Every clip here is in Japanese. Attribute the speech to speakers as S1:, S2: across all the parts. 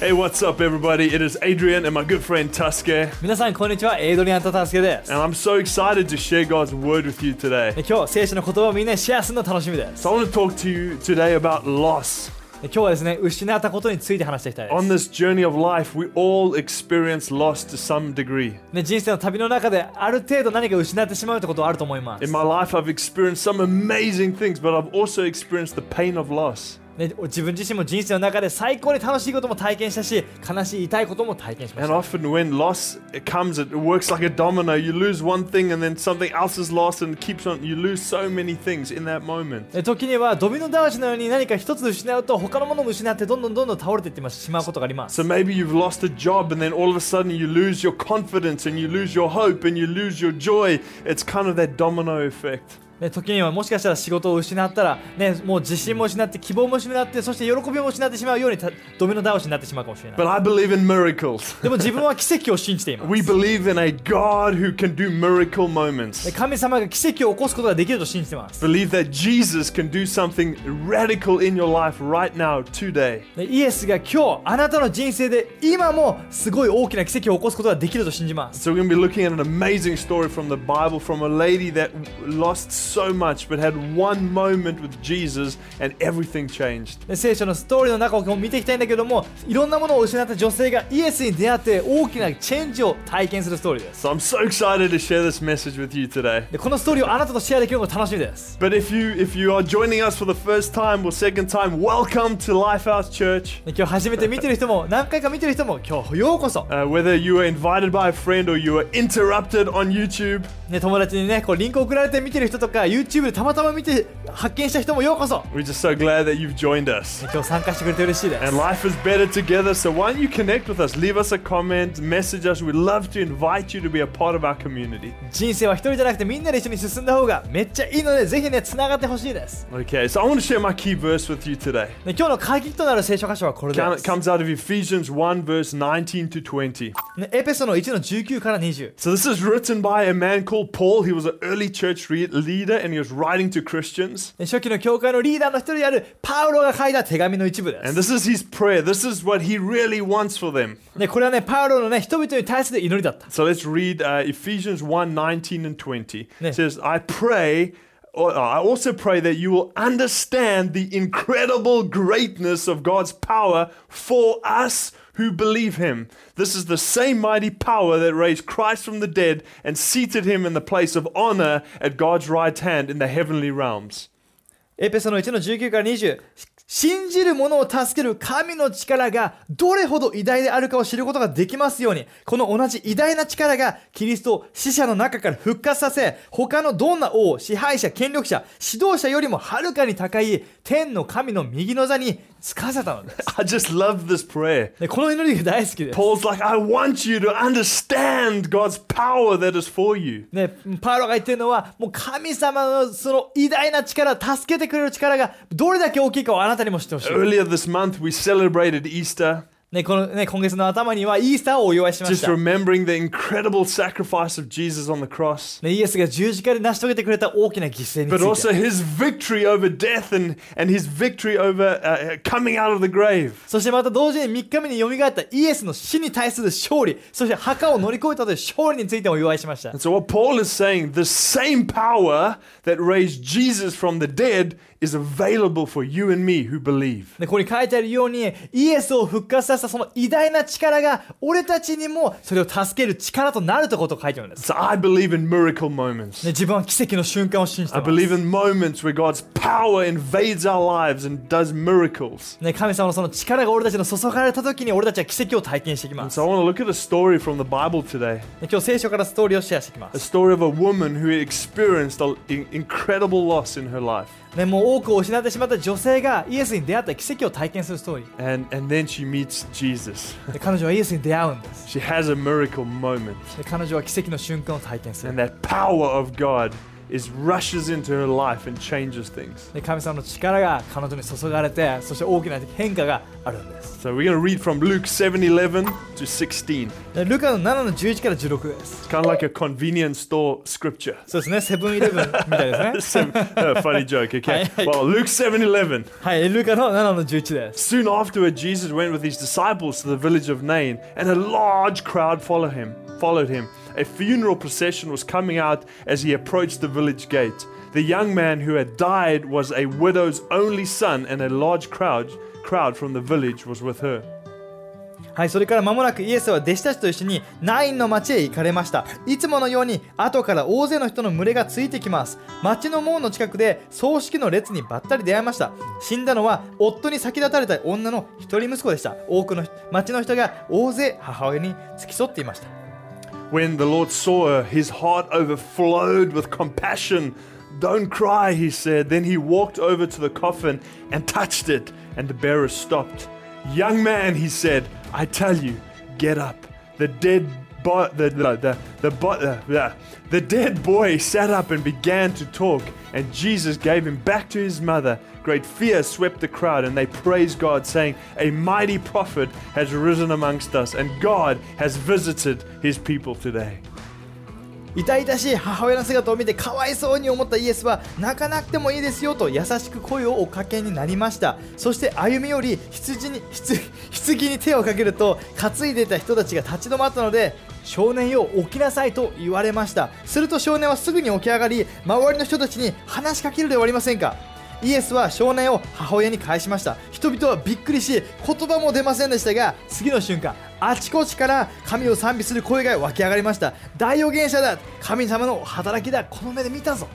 S1: Hey, what's up, everybody? It is Adrian and my good friend Tusker,
S2: 皆さんこんにちはエイドリアンとタスケです
S1: and I'm so excited to share God's word with you today.
S2: で今日聖書の言葉をみんなにシェアするの楽しみです
S1: So, I want to talk to you today about loss.
S2: で今日はですね失ったことについて話していきたいで
S1: On
S2: す
S1: this journey of life, we all experience loss to some degree.
S2: で人生の旅の中である程度何か失ってしまうってことはあると思います
S1: In my life, I've experienced some amazing things, but I've also experienced the pain of loss.
S2: で自分自身も人生の中で最高に楽しいことも体験したし悲しい痛いことも体験しまし
S1: And
S2: た
S1: often, when loss comes, it works like a domino. You lose one thing, and then something else is lost, and it keeps on. You lose so many things in that moment.
S2: で時にはドミノ倒しのように何か一つ失うと他のものも失ってどんどんどんどん倒れていってしまうことがあります
S1: So maybe you've lost a job and then all of a sudden you lose your confidence and you lose your hope and you lose your joy. It's kind of that domino effect.
S2: ね、時にはもしかしたら仕事を失ったら、ね、もう自信も失って希望も失ってそして喜びも失ってしまうようにたドミノ倒しになってしまうかもしれない
S1: But I believe in miracles.
S2: でも自分は奇跡を信じていま
S1: We
S2: す
S1: believe in a God who can do miracle
S2: で
S1: moments.
S2: 神様が奇跡を起こすことができると信じてます
S1: Believe that Jesus can do something radical in your life right now, today.
S2: でイエスが今日あなたの人生で今もすごい大きな奇跡を起こすことができると信じます
S1: So we're going to be looking at an amazing story from the Bible from a lady that lost so much but had one moment with Jesus and everything changed.
S2: で聖書のストーリーの中を見ていきたいんだけどもいろんなものを失った女性がイエスに出会って大きなチェンジを体験するストーリーです
S1: So I'm so excited to share this message with you today.
S2: でこのストーリーをあなたとシェアできるのが楽しみです
S1: But if you if you are joining us for the first time or second time, welcome to Lifehouse Church.
S2: で今日初めて見てる人も何回か見てる人も今日ようこそ
S1: Uh, whether you were invited by a friend or you were interrupted on YouTube,
S2: ね、友達にねこうリンク送られて見てる人とか YouTube でたまたま見て発見した人もようこそ、ね、
S1: we're just so glad that you've joined us.
S2: 今日参加してくれて嬉しいです
S1: And life is better together, so why don't you connect with us? Leave us a comment, message us. We'd love to invite you to be a part of our community.
S2: 人生は一人じゃなくてみんなで一緒に進んだ方がめっちゃいいのでぜひねつながってほしいです
S1: Okay, so I want to share my key verse with you today.
S2: で今日の鍵となる聖書箇所はこれで
S1: It
S2: す、
S1: comes out of Ephesians 1, verse 19 to 20.
S2: ね、エペソの1の19から20
S1: So this is written by a man called Paul. He was an early church re- leader and he was writing to Christians.
S2: ね初期の教会のリーダーの一人であるパウロが書いた手紙の一部で
S1: And
S2: す、
S1: this is his prayer. This is what he really wants for them.
S2: ね、これはねパウロのね人々に対する祈りだった
S1: So let's read uh, Ephesians 1 19 and 20.
S2: Yeah.
S1: It says, I pray, or uh, I also pray that you will understand the incredible greatness of God's power for us who believe him. This is the same mighty power that raised Christ from the dead and seated him in the place of honor at God's right hand in the heavenly realms.
S2: エペソの1の19から20信じる者を助ける神の力がどれほど偉大であるかを知ることができますようにこの同じ偉大な力がキリストを死者の中から復活させ他のどんな王支配者権力者指導者よりもはるかに高い天の神の右の座につかせたのです
S1: I just love this prayer.
S2: でこの祈りが大好きです
S1: Paul's like, I want you to understand God's power that is for you.
S2: ね、パウロが言ってるのはもう神様のその偉大な力助けてくれる力がどれだけ大きいかをあなたにも知ってほしい、
S1: Earlier this month, we celebrated Easter,
S2: ねこのね、今月の頭にはイースターをお祝いしまし
S1: just
S2: た
S1: remembering the incredible sacrifice of Jesus on the cross,
S2: ね、イエスが十字架で成し遂げてくれた大きな犠牲に
S1: but
S2: つ
S1: also
S2: いて
S1: his victory over death and, and his victory over uh, uh, coming out of the grave.
S2: そしてまた同時に3日目によみがえったイエスの死に対する勝利そして墓を乗り越えたという勝利についてお祝いしました
S1: And so, what Paul is saying, the same power that raised Jesus from the dead is available for you and me who believe.
S2: でここに書いてあるようにイエスを復活させたその偉大な力が俺たちにもそれを助ける力となるということを書いてあるんです、
S1: So, I believe in miracle moments.
S2: ね、自分は奇跡の瞬間を信じて
S1: I
S2: ます
S1: believe in moments where God's power invades our lives and does miracles.
S2: ね、神様のその力が俺たちの注がれた時に俺たちは奇跡を体験していきます
S1: So I want to look at a story from the Bible today.
S2: で今日聖書からストーリーをシェアしていきま
S1: A
S2: す、
S1: story of a woman who experienced an incredible loss in her life.
S2: ね、もう多くを失ってしまった女性がイエスに出会った奇跡を体験するストーリー
S1: And, and then she meets Jesus.
S2: で彼女はイエスに出会うんです。
S1: She has a miracle moment.
S2: で彼女は奇跡の瞬間を体験する。
S1: And that power of God is rushes into her life and changes things.
S2: で神様の力が彼女に注がれてそして大きな変化があるんです
S1: So we're going to read from Luke 7:11 to 16.
S2: でルカの7の11から16です
S1: It's kind of like a convenience store scripture.
S2: そうですねセブンイレブンみたいですね
S1: Seven- uh, funny joke, okay?
S2: Aye, aye.
S1: Well, Luke 7:11.
S2: はいルカの7の11です
S1: Soon afterward, Jesus went with his disciples to the village of Nain, and a large crowd followed him. Followed him. A funeral procession was coming out as he approached the village gate. The young man who had died was a widow's only son, and a large crowd crowd from the village was with her.
S2: はい、それから間もなくイエスは弟子たちと一緒にナインの町へ行かれました。いつものように後から大勢の人の群れがついてきます。町の門の近くで葬式の列にばったり出会いました。死んだのは夫に先立たれた女の一人息子でした。多くの町の人が大勢母親に付き添っていました。
S1: When the Lord saw her, his heart overflowed with compassion. Don't cry, he said. Then he walked over to the coffin and touched it, and the bearer stopped. Young man, he said, I tell you, get up. The dead bo- the, the, the, the, bo- uh, the, the dead boy sat up and began to talk, and Jesus gave him back to his mother. Great fear swept the crowd, and they praised God, saying, A mighty prophet has risen amongst us, and God has visited his people today.
S2: 痛々しい母親の姿を見てかわいそうに思ったイエスは泣かなくてもいいですよと優しく声をおかけになりましたそして歩み寄り羊に羊 棺に手をかけると担いでいた人たちが立ち止まったので少年よ起きなさいと言われましたすると少年はすぐに起き上がり周りの人たちに話しかけるではありませんかイエスは少年を母親に返しました人々はびっくりし言葉も出ませんでしたが次の瞬間あちこちから神を賛美する声が湧き上がりました大予言者だ神様の働きだこの目で見たぞ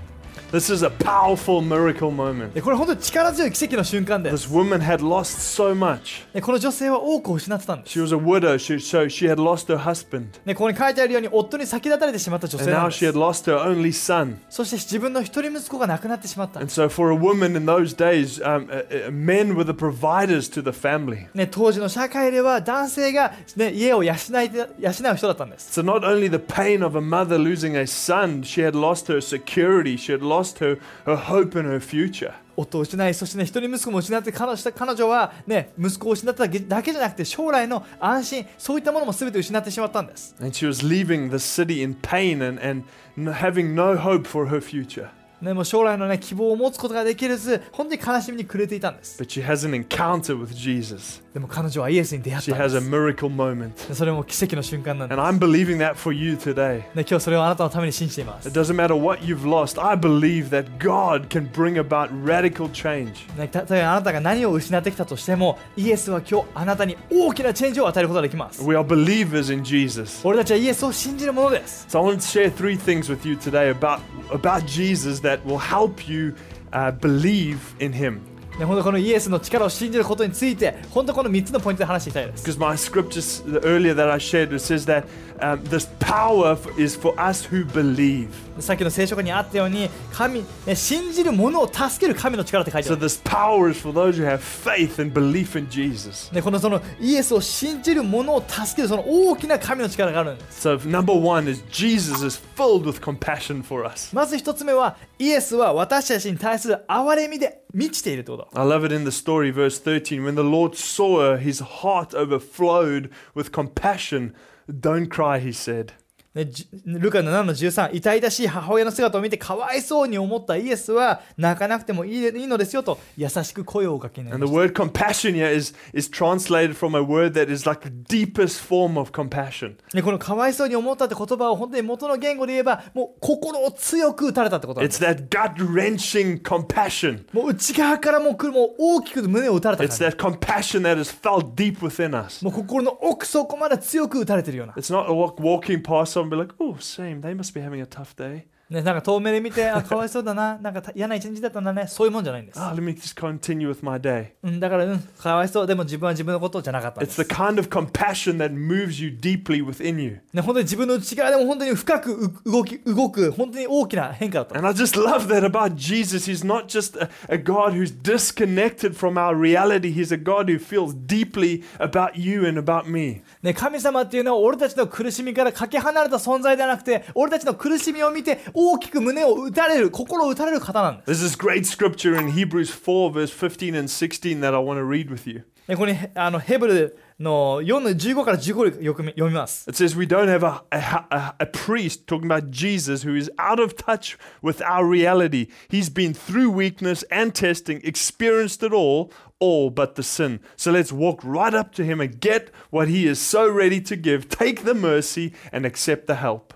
S1: This is a powerful miracle moment.
S2: でこれ本当に力強い奇跡の瞬間です
S1: This woman had lost so much.
S2: でこの女性は多くを失ってたんです
S1: She was a widow, she- so she had lost her husband,
S2: でここに書いてあるように夫に先立たれてしまった女
S1: and
S2: 性なん
S1: now
S2: で
S1: she had
S2: す
S1: lost her only son.
S2: そして自分の一人息子が亡くなってしまった
S1: And so, for a woman in those days, um, uh, uh, men were the providers to the family.
S2: ね、当時の社会では男性が、ね、家を養いて養う人だったんです
S1: So not only the pain of a mother losing a son, she had lost her security, she had lost her, her hope and her future.
S2: 夫を失いそしてね一人息子も失って彼女彼女はね息子を失っただけだけじゃなくて将来の安心そういったものも全て失ってしまったんです
S1: And she was leaving the city in pain and, and n- having no hope for her future.
S2: ねもう将来のね希望を持つことができず本当に悲しみに暮れていたんです
S1: But she has an encounter with Jesus.
S2: でも彼女はイエスに出会っ
S1: She
S2: た
S1: has
S2: ん
S1: a
S2: です
S1: miracle moment.
S2: でそれも奇跡の瞬間なんで
S1: And I'm believing that for you today.
S2: す、ね、今日それをあなたのために信じていま
S1: It
S2: す
S1: doesn't matter what you've lost, I believe that God can bring about radical change.
S2: ねたとえあなたが何を失ってきたとしてもイエスは今日あなたに大きなチェンジを与えることができます
S1: We are believers in Jesus.
S2: 俺たちはイエスを信じるものです
S1: So I want to share three things with you today about about Jesus that will help you uh, believe in Him.
S2: ね、本当このイエスの力を信じることについて本当この3つのポイントで話していきたいです
S1: Because my scriptures earlier that I shared it says that um, this power f- is for us who believe.
S2: さっきの聖書にあったように神え信じる者を助ける神の力って書いて
S1: So
S2: ある
S1: this power is for those who have faith and belief in Jesus.
S2: でこのそのイエスを信じる者を助けるその大きな神の力があるんです
S1: So if number one is Jesus is filled with compassion for us.
S2: まず一つ目はイエスは私たちに対する憐れみで満ちているってこと
S1: I love it in the story, verse 13. When the Lord saw her, his heart overflowed with compassion. Don't cry, he said.
S2: ねじルカ7の13痛々しい母親の姿を見てかわいそうに思ったイエスは泣かなくてもいいいいのですよと優しく声をおかけになり
S1: And the
S2: ました
S1: word compassion here is, is translated from a word that is like the deepest form of compassion.
S2: ね、このかわいそうに思ったって言葉を本当に元の言語で言えばもう心を強く打たれたってことなんで
S1: It's
S2: す
S1: that gut wrenching compassion.
S2: もう内側からもう来るもう大きく胸を打たれた
S1: It's
S2: 感
S1: that compassion that is felt deep within us.
S2: じもう心の奥底まで強く打たれてるような、
S1: It's not walk, walking past someone and be like, oh, same, they must be having a tough day.
S2: ね、なんか遠目で見て あかわいそうだななんかた嫌な一日だったんだねそういうもんじゃないんです、
S1: Ah, let me just continue with my day.
S2: うん、だからうんかわいそうでも自分は自分のことじゃなかったんで
S1: It's
S2: す
S1: the、kind of compassion that moves you deeply within you.
S2: ね、本当に自分の内側でも本当に深くう動き動く本当に大きな変化だった
S1: And I just love that about Jesus. He's not just a, a God who's disconnected from our reality, He's a God who feels deeply about you and about me.
S2: ね、神様っていうのは俺たちの苦しみからかけ離れた存在ではなくて俺たちの苦しみを見て大きく胸を打たれる、心を打たれる方なんです。
S1: There's this great scripture in Hebrews 4, verse 15 and 16 that I want to read with you.
S2: でここにへあのヘブルの4の15から15よくみ読みます。
S1: It says, We don't have a, a, a, a priest, talking about Jesus, who is out of touch with our reality. He's been through weakness and testing, experienced it all, all but the sin. So let's walk right up to him and get what he is so ready to give. Take the mercy and accept the help.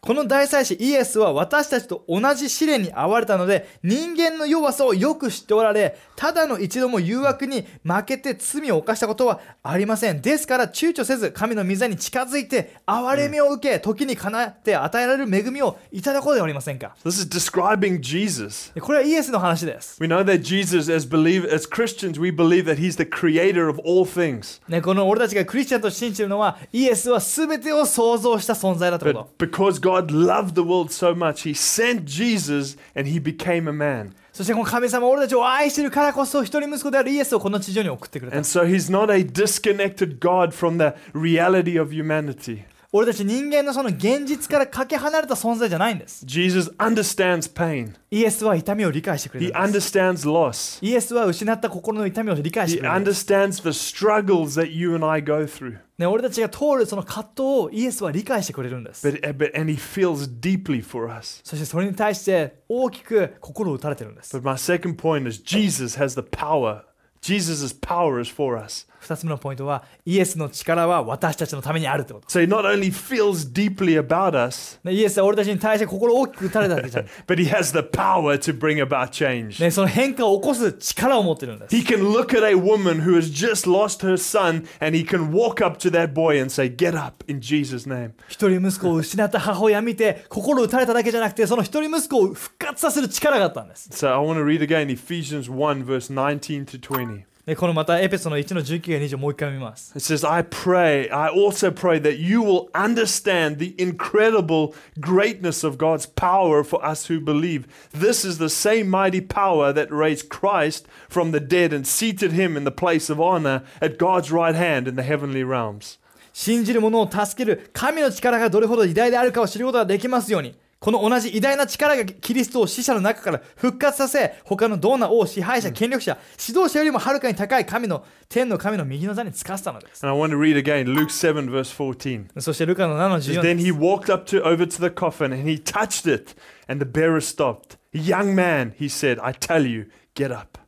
S2: この大祭司イエスは私たちと同じ試練に遭われたので人間の弱さをよく知っておられただの一度も誘惑に負けて罪を犯したことはありませんですから躊躇せず神の御座に近づいて憐れみを受け時にかなって与えられる恵みをいただこうではありませんか
S1: This is describing Jesus.
S2: でこれはイエスの話です、
S1: We know that Jesus, as believe as Christians, we believe that He's the creator of all things.
S2: ね、この俺たちがクリスチャンと信じているのはイエスは全てを創造した存在だということ
S1: But because God loved the world so much, He sent Jesus and He became a man.
S2: そしてこの神様は俺たちを愛してるからこそ一人息子であるイエスをこの地上に送ってくれた
S1: And。so He's not a disconnected God from the reality of humanity.
S2: 俺たち人間のその現実からかけ離れた存在じゃないんです。
S1: Jesus understands pain.
S2: イエスは痛みを理解してくれ
S1: He
S2: るんです。
S1: understands loss.
S2: イエスは失った心の痛みを理解し
S1: He
S2: てくれるんです。
S1: understands the struggles that you and I go through.
S2: ね、俺たちが通るその葛藤をイエスは理解してくれるんです。
S1: But, but and He feels deeply for us.
S2: そしてそれに対して大きく心を打たれてるんです。
S1: But my second point is Jesus has the power. Jesus' power is for us.
S2: 二つ目のポイントは、イエスの力は私たちのためにあるってこと。
S1: So he not only feels deeply about us,
S2: ねイエスは俺たちに対して心を大きく打たれただけ じゃない。
S1: but he has the power to bring about change.
S2: ね、その変化を起こす力を持ってるんです。
S1: He can look at a woman who has just lost her son and he can walk up to that boy and say, Get up in Jesus' name.
S2: 一人息子を失った母親を見て心を打たれただけじゃなくてその一人息子を復活させる力があったんです。
S1: So I want to read again Ephesians 1, verse 19 to 20.
S2: でこのまたエペソの1の19や20もう一回見ます。
S1: It says, I pray, I also pray that you will understand the incredible greatness of God's power for us who believe. This is the same mighty power that raised Christ from the dead and seated him in the place of honor at God's right hand in the heavenly realms.
S2: 信じる者を助ける神の力がどれほど偉大であるかを知ることができますように。この同じ偉大な力がキリストを死者の中から復活させ、他のどんな王、支配者、権力者、指導者よりもはるかに高い神の、天の神の右の座につかせたのです。
S1: And I want to read again Luke 7, verse 14.
S2: そしてルカの7の
S1: It
S2: 14
S1: says,
S2: で
S1: then he walked up to over to the coffin and he touched it, and the bearer stopped. Young man, he said, I tell you, get up.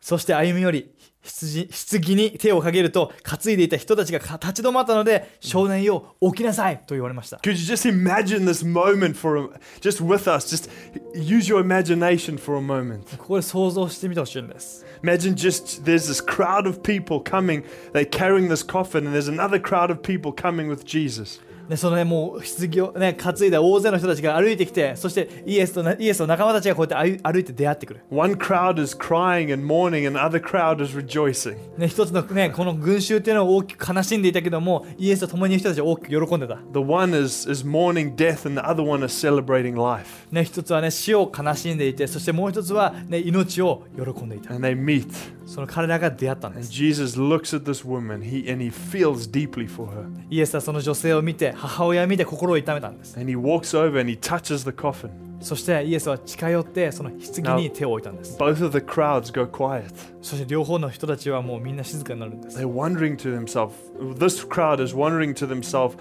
S2: そして歩み寄り、羊棺に手をかけると、担いでいた人たちがか立ち止まったので、少年よ、起きなさいと言われました。
S1: Could you just imagine this moment for a, just with us? Just use your imagination for a moment.
S2: ここで想像してみてほしいんです。
S1: Imagine just there's this crowd of people coming, they're carrying this coffin, and there's another crowd of people coming with Jesus.
S2: ね、そのね、もう棺をね、担いだ大勢の人たちが歩いてきて、そしてイエスとなイエスの仲間たちがこうやって歩い歩いて出会ってくる。
S1: One crowd is crying and mourning, and the other crowd is rejoicing.
S2: ね、一つのね、この群衆っていうのは大きく悲しんでいたけども、イエスと共にいる人たちは大きく喜んでた。
S1: The one is, is mourning death, and the other one is celebrating life.
S2: ね、一つはね、死を悲しんでいて、そしてもう一つはね、命を喜んでいた。
S1: And they meet.
S2: その彼らが出会ったんです
S1: And。Jesus looks at this woman he, and he feels deeply for her.
S2: イエスはその女性を見て母親を見て心を痛めたんです
S1: And he walks over and he touches the coffin.
S2: そしてイエスは近寄ってその棺に手を置いたんです
S1: Both of the crowds go quiet.
S2: そして両方の人たちはもうみんな静かになるんです
S1: They're wondering to themselves. This crowd is wondering to themselves,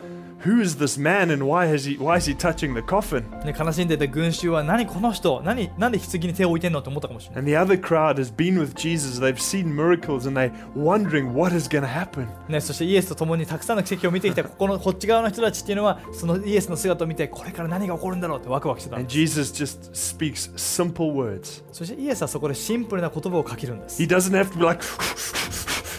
S1: who is this man and why has he why is he touching the coffin?
S2: ね悲しんでいた群衆は何この人何なんで棺に手を置いてんのと思ったかもしれない
S1: And the other crowd has been with Jesus. They've seen miracles and they wondering what is going to happen.
S2: ねそしてイエスと共にたくさんの奇跡を見てきたここのこっち側の人たちっていうのはそのイエスの姿を見てこれから何が起こるんだろうってワクワクしてたん
S1: And
S2: です
S1: Jesus just speaks simple words.
S2: そしてイエスはそこでシンプルな言葉をかけるんです
S1: He
S2: イ
S1: doesn't have to be like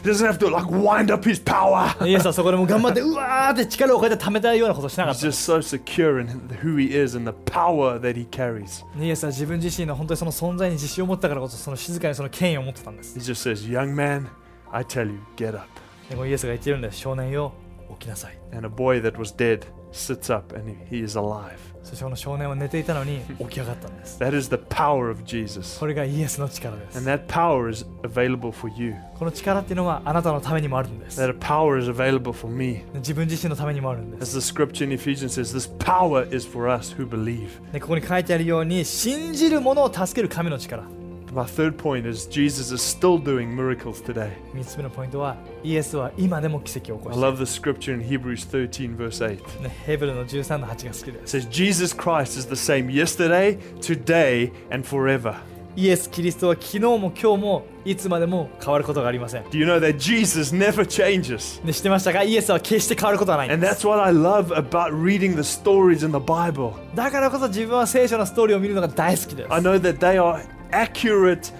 S1: he doesn't have to like wind up his power.
S2: エスはそこでもう頑張ってうわーって力をこうやって貯めたようなことしなかっ
S1: He's
S2: た
S1: just so secure in who he is and the power that he carries.
S2: イエスは自分自身の本当にその存在に自信を持ったからこそその静かにその権威を持ってたんです
S1: He just says, "Young man, I tell you, get up."
S2: でもイエスが言ってるんです少年よ起きなさい
S1: And a boy that was dead sits up and he is alive.
S2: そしてこの少年は寝ていたのに起き上がったんです
S1: That is the power of Jesus.
S2: これがイエスの力で
S1: And
S2: す
S1: that power is available for you.
S2: この力っていうのはあなたのためにもあるんです
S1: That power is available for me.
S2: 自分自身のためにもあるんです
S1: As the scripture in Ephesians says, this power is for us who believe.
S2: でここに書いてあるように信じる者を助ける神の力
S1: My third point is Jesus is still doing miracles today.
S2: 3つ目のポイントはイエスは今でも奇跡を起
S1: I
S2: こしてい
S1: love the scripture in Hebrews 13, verse 8.
S2: る、ね、ヘブルの13の8が好きで
S1: It
S2: す
S1: says, Jesus Christ is the same yesterday, today, and forever.
S2: イエス・キリストは昨日も今日もいつまでも変わることがありません
S1: Do you know that Jesus never changes?
S2: で知ってましたかイエスは決して変わることはないん
S1: And
S2: で
S1: that's
S2: す
S1: what I love about reading the stories in the Bible.
S2: だからこそ自分は聖書のストーリーを見るのが大好きです
S1: I know that they are accurate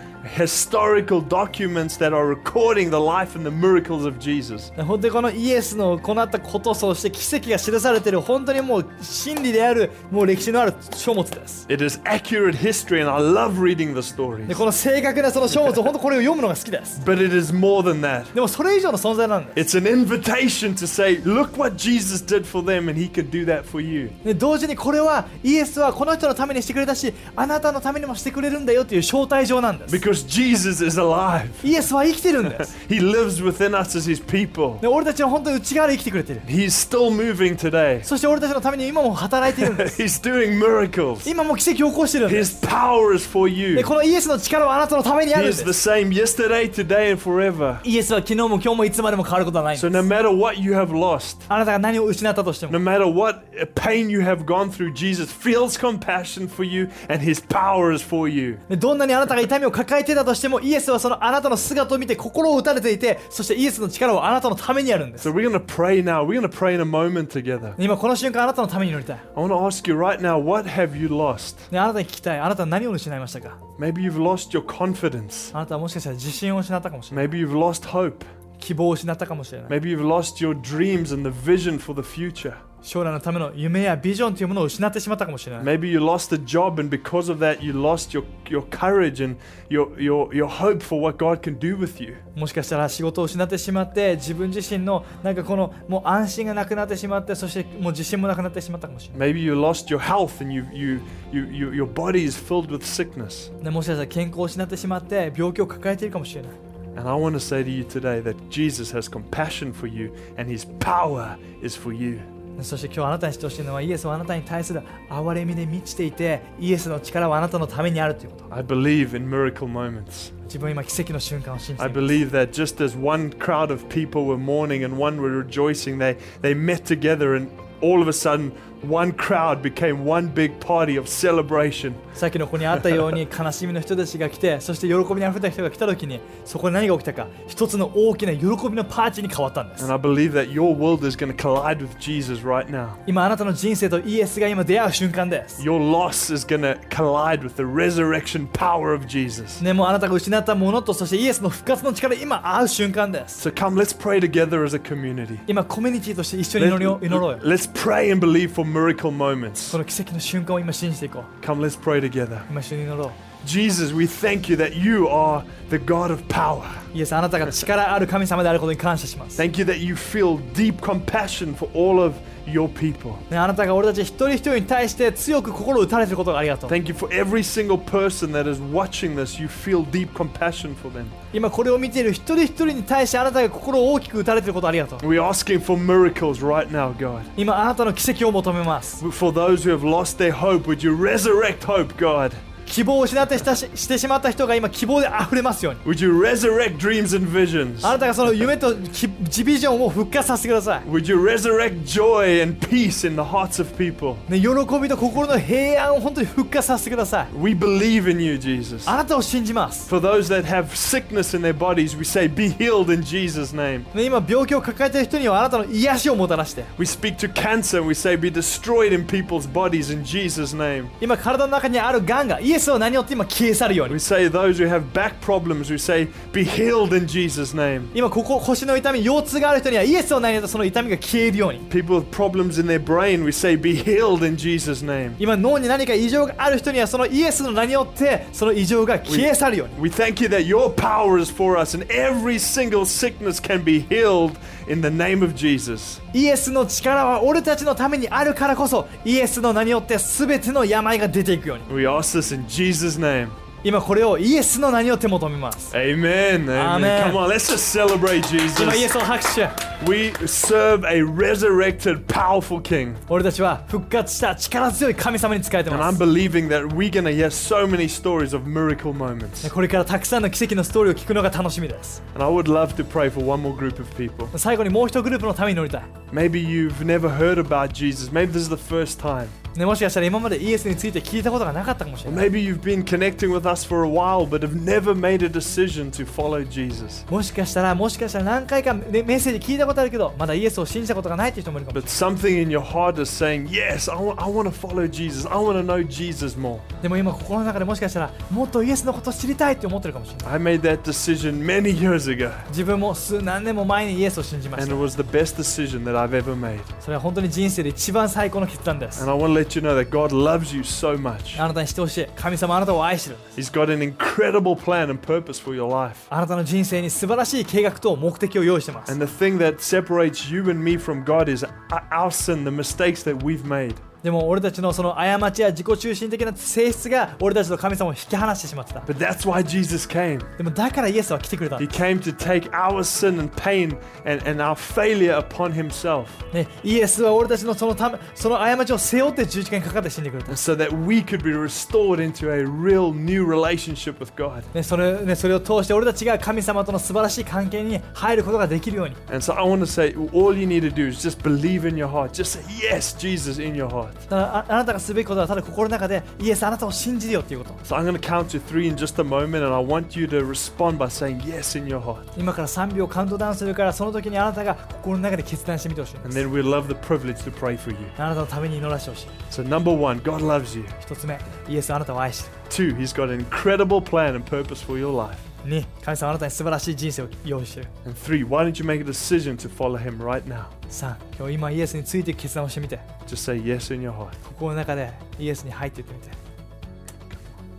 S1: historical documents that are recording the life and the miracles of Jesus.
S2: 本当にこのイエスの行ったことそして奇跡が記されている本当にもう真理であるもう歴史のある書物です
S1: It is accurate history, and I love reading the
S2: で
S1: stories.
S2: この正確なその書物本当これを読むのが好きです
S1: But it is more than that.
S2: でもそれ以上の存在なんで
S1: It's
S2: す
S1: an invitation to say, look what Jesus did for them, and he could do that for you.
S2: で同時にこれはイエスはこの人のためにしてくれたしあなたのためにもしてくれるんだよという招待状なんです
S1: Because Jesus is alive.
S2: イエスは生きてるんです
S1: He lives within us as his people.
S2: で俺たちの本当に内側で生きてくれている
S1: He's still moving today.
S2: そして俺たちのために今も働いているん です
S1: He's doing miracles.
S2: 今も奇跡を起こしてるんです
S1: His power is for
S2: で
S1: you.
S2: このイエスの力はあなたのためにあ
S1: He
S2: るん
S1: is
S2: で
S1: the
S2: す
S1: same yesterday, today, and forever.
S2: イエスは昨日も今日もいつまでも変わることはないん
S1: So
S2: で
S1: no
S2: す
S1: matter what you have lost,
S2: あなたが何を失ったとしても
S1: no matter what pain you have gone through, Jesus feels compassion for you and his power is for you.
S2: でどんなにあなたが痛みを抱えていたとしてもイエスはそのあなたの姿を見て心を打たれていてそしてイエスの力はあなたのためにあるんです
S1: So we're going to pray now. We're going to pray in a moment together.
S2: 今この瞬間あなたのために祈りたい
S1: I want to ask you right now, what have you lost?
S2: であなたに聞きたいあなたは何を失いましたか
S1: Maybe you've lost your confidence.
S2: あなたはもしかしたら自信を失ったかもしれない
S1: Maybe you've lost hope.
S2: 希望を失ったかもしれない
S1: Maybe you've lost your dreams and the vision for the future.
S2: 将来のための夢やビジョンというものを失ってしまったかもしれない
S1: Maybe you lost a job and because of that you lost your, your courage and your, your, your hope for what God can do with you.
S2: もしかしたら仕事を失ってしまって自分自身のなんかこのもう安心がなくなってしまってそしてもう自信もなくなってしまったかもしれない
S1: Maybe you lost your health and you, you, you, you, your body is filled with sickness.
S2: でもしかしたら健康を失ってしまって病気を抱えているかもしれない
S1: And I want to say to you today that Jesus has compassion for you and his power is for you.
S2: そして今日あなたにしてほしいのはイエスはあなたに対する憐れみで満ちていてイエスの力はあなたのためにあるということ
S1: I believe in miracle moments.
S2: 自分は今奇跡の瞬間を信じ
S1: I
S2: ている
S1: believe that just as one crowd of people were mourning and one were rejoicing, they, they met together and all of a sudden one crowd became one big party of celebration.
S2: さっきのここにあったように悲しみの人たちが 来てそして喜びにあふれた人が来た時にそこに何が起きたか一つの大きな喜びのパーティーに変わったんです
S1: And I believe that your world is going to collide with Jesus right now.
S2: 今あなたの人生とイエスが今出会う瞬間です
S1: Your loss is going to collide with the resurrection power of Jesus.
S2: ねもうあなたが失ったものとそしてイエスの復活の力今会う瞬間です
S1: So come, let's pray together as a community.
S2: 今コミュニティとして一緒に祈りを祈ろうよ
S1: Let's, let's pray and believe for miracle moments.
S2: その奇跡の瞬間を今信じていこう
S1: Come, let's pray together.
S2: 今一緒に祈ろう
S1: Jesus, we thank you that you are the God of power.
S2: イエスあなたが力ある神様であることに感謝します、ね、
S1: Thank you that you feel deep compassion for all of your people.
S2: あなたが俺たち一人一人に対して強く心を打たれてることをありがとう
S1: Thank you for every single person that is watching this. You feel deep compassion for them.
S2: 今これを見ている一人一人に対してあなたが心を大きく打たれてることをありがとう
S1: We're asking for miracles right now, God.
S2: 今あなたの奇跡を求めます
S1: For those who have lost their hope, would you resurrect hope, God?
S2: 希望を失ってしたししてしまった人が今希望で溢れますように
S1: Would you resurrect dreams and visions?
S2: あなたがその夢ときジビジョンを復活させてくださ
S1: Would you resurrect joy and peace in the hearts of people?
S2: い、ね、喜びと心の平安を本当に復活させてください
S1: We believe in you, Jesus.
S2: あなたを信じます、
S1: For those that have sickness in their bodies, we say, Be healed in Jesus' name.
S2: ね、今病気を抱えている人にはあなたの癒しをもたらして
S1: We speak to cancer and we say, Be destroyed in people's bodies in Jesus' name.
S2: 今体の中にあるがんがイエエスを何をって今消え去るように
S1: We say those who have back problems, we say, be healed in Jesus' name.
S2: 今ここ腰の痛み腰痛がある人にはイエスを何をとその痛みが消えるように
S1: People with problems in their brain, we say, be healed in Jesus' name.
S2: 今脳に何か異常がある人にはそのイエスの名によってその異常が消え去るように
S1: We thank you that your power is for us and every single sickness can be healed in the name of Jesus.
S2: イエスの力は俺たちのためにあるからこそイエスの名によって全ての病が出ていくように
S1: We ask this in Jesus' name.
S2: 今これをイエスの名によって求めます
S1: Amen. Amen.
S2: Amen.
S1: Come on, let's just celebrate
S2: 今イエ
S1: Jesus.
S2: スを拍手
S1: We serve a resurrected, powerful King.
S2: 俺たちは復活した力強い神様に仕えて
S1: And
S2: ま
S1: I'm
S2: す
S1: believing that we're going to hear so many stories of miracle moments.
S2: これからたくさんの奇跡のストーリーを聞くのが楽しみです
S1: And I would love to pray for one more group of people.
S2: 最後にもう一グループのために乗りたい
S1: Maybe you've never heard about Jesus. Maybe this is the first time.
S2: ね、もしかしたら今までイエスについて聞いたことがなかったかもしれ
S1: Or
S2: ない
S1: maybe you've been connecting with us for a while but have never made a decision to follow Jesus.
S2: もしかしたらもしかしたら何回か、ね、メッセージ聞いたことあるけどまだイエスを信じたことがないっていう人もいるかも
S1: But something in your heart is saying, Yes, I want to follow Jesus. I want to know Jesus more.
S2: でも今心の中でもしかしたらもっとイエスのことを知りたいって思ってるかもしれない
S1: I made that decision many years ago,
S2: 自分も数何年も前にイエスを信じまし
S1: and
S2: た
S1: it was the best decision that I've ever made.
S2: それは本当に人生で一番最高の決断です
S1: And I want to let you know that God loves you so much.
S2: あなたにしてほしい神様あなたを愛してるんです
S1: He's got an incredible plan and purpose for your life.
S2: あなたの人生に素晴らしい計画と目的を用意してます
S1: And the thing that separates you and me from God is our sin, the mistakes that we've made.
S2: でも俺たちのその過ちや自己中心的な性質が俺たちと神様を引き離してしまってた
S1: But that's why Jesus came.
S2: でもだからイエスは来てくれたん
S1: He
S2: だ
S1: came to take our sin and pain and, and our failure upon himself
S2: ね、イエスは俺たちのそのためその過ちを背負って十字架にかかって死んでくれた、
S1: and so that we could be restored into a real new relationship with God.
S2: ねそれね、それを通して俺たちが神様との素晴らしい関係に入ることができるように
S1: And so I want to say all you need to do is just believe in your heart. Just say yes, Jesus in your heart.
S2: ただああなたがすべきことはただ心の中でイエスあなたを信じるよっていうこと
S1: So I'm going to count to 3 in just a moment and I want you to respond by saying yes in your heart.
S2: 今から3秒カウントダウンするからその時にあなたが心の中で決断してみてほしいん
S1: And
S2: です
S1: then we'd love the privilege to pray for you.
S2: あなたのために祈らせてほしい
S1: So number 1, God loves you.
S2: 1つ目イエスあなたを愛して
S1: Two, he's got an incredible plan and purpose for your life.
S2: る2神様あなたに素晴らしい人生を用意してる
S1: And three, why don't you make a decision to follow him right now?
S2: 3今日今イエスについて決断をしてみて
S1: Just say yes in your heart.
S2: 心の中でイエスに入っていってみて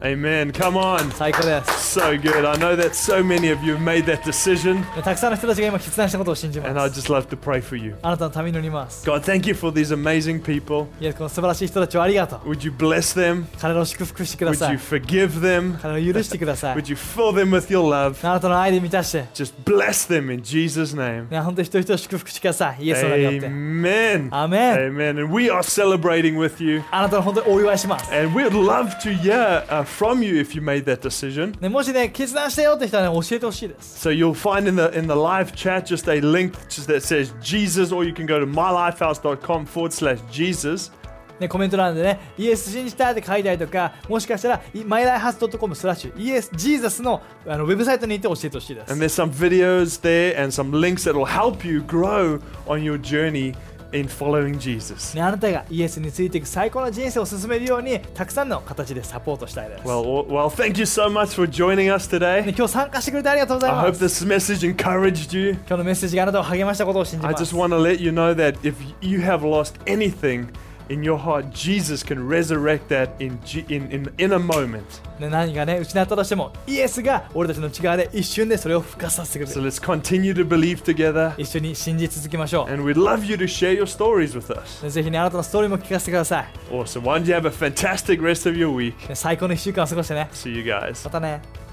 S1: Amen. Come on.
S2: 最高です
S1: So good. I know that so many of you have made that decision,
S2: たくさんの人たちが今決断したことを信じま
S1: and I'd
S2: す
S1: just love to pray for you.
S2: あなたのために祈ります
S1: God, thank you for these amazing people.
S2: イエスこの素晴らしい人たちをありがとう
S1: Would you bless them?
S2: 彼らを祝福してくだ
S1: Would
S2: さ
S1: you
S2: い
S1: forgive them?
S2: 彼らを許してください
S1: Would you fill them with your love?
S2: あなたの愛で満たして
S1: Just bless them in Jesus' name.
S2: ね本当に一人一人を祝福してくださいイエスの名によって
S1: Amen.
S2: アーメン
S1: Amen. And we are celebrating with you.
S2: あなたの本当にお祝いします。
S1: And we'd love to hear uh, from you if you made that decision.
S2: ね、もしね、決断したよって人はね、教えてほしいです。
S1: So you'll find in the in the live chat just a link just that says Jesus, or you can go to mylifehouse.com forward slash Jesus.
S2: ね、コメント欄でね、イエス信じたって書いたりとか、もしかしたら、mylifehas.com スラッシュ、イエス、ジーザスのあのウェブサイトに行って教えてほしいで
S1: And
S2: す。
S1: there's some videos there and some links that will help you grow on your journey in following Jesus.
S2: ね、あなたがイエスについていく最高の人生を進めるように、たくさんの形でサポートしたいです。
S1: Well, well- well, thank you so much for joining us
S2: ね
S1: today.
S2: 今日参加してくれてありがとうござい
S1: I
S2: ま
S1: hope
S2: す。
S1: this message encouraged you.
S2: 今日のメッセージがあなたを励ましたことを信じ
S1: I
S2: ます
S1: just。want to let you know that if you have lost anything in your heart, Jesus can resurrect that in G- in in, in a moment.
S2: ね、何がね、失ったとしても、イエスが俺たちの内側で一瞬でそれを復活させてくれ
S1: So
S2: る。
S1: let's continue to believe together.
S2: 一緒に信じ続けましょ
S1: And we'd love you to share your stories with us.
S2: う。ねぜひね、あなたのストーリーも聞かせてください。
S1: Awesome. Why don't you have a fantastic rest of your week?
S2: ね最高の1週間を過ごしてね。
S1: See you guys.
S2: またね。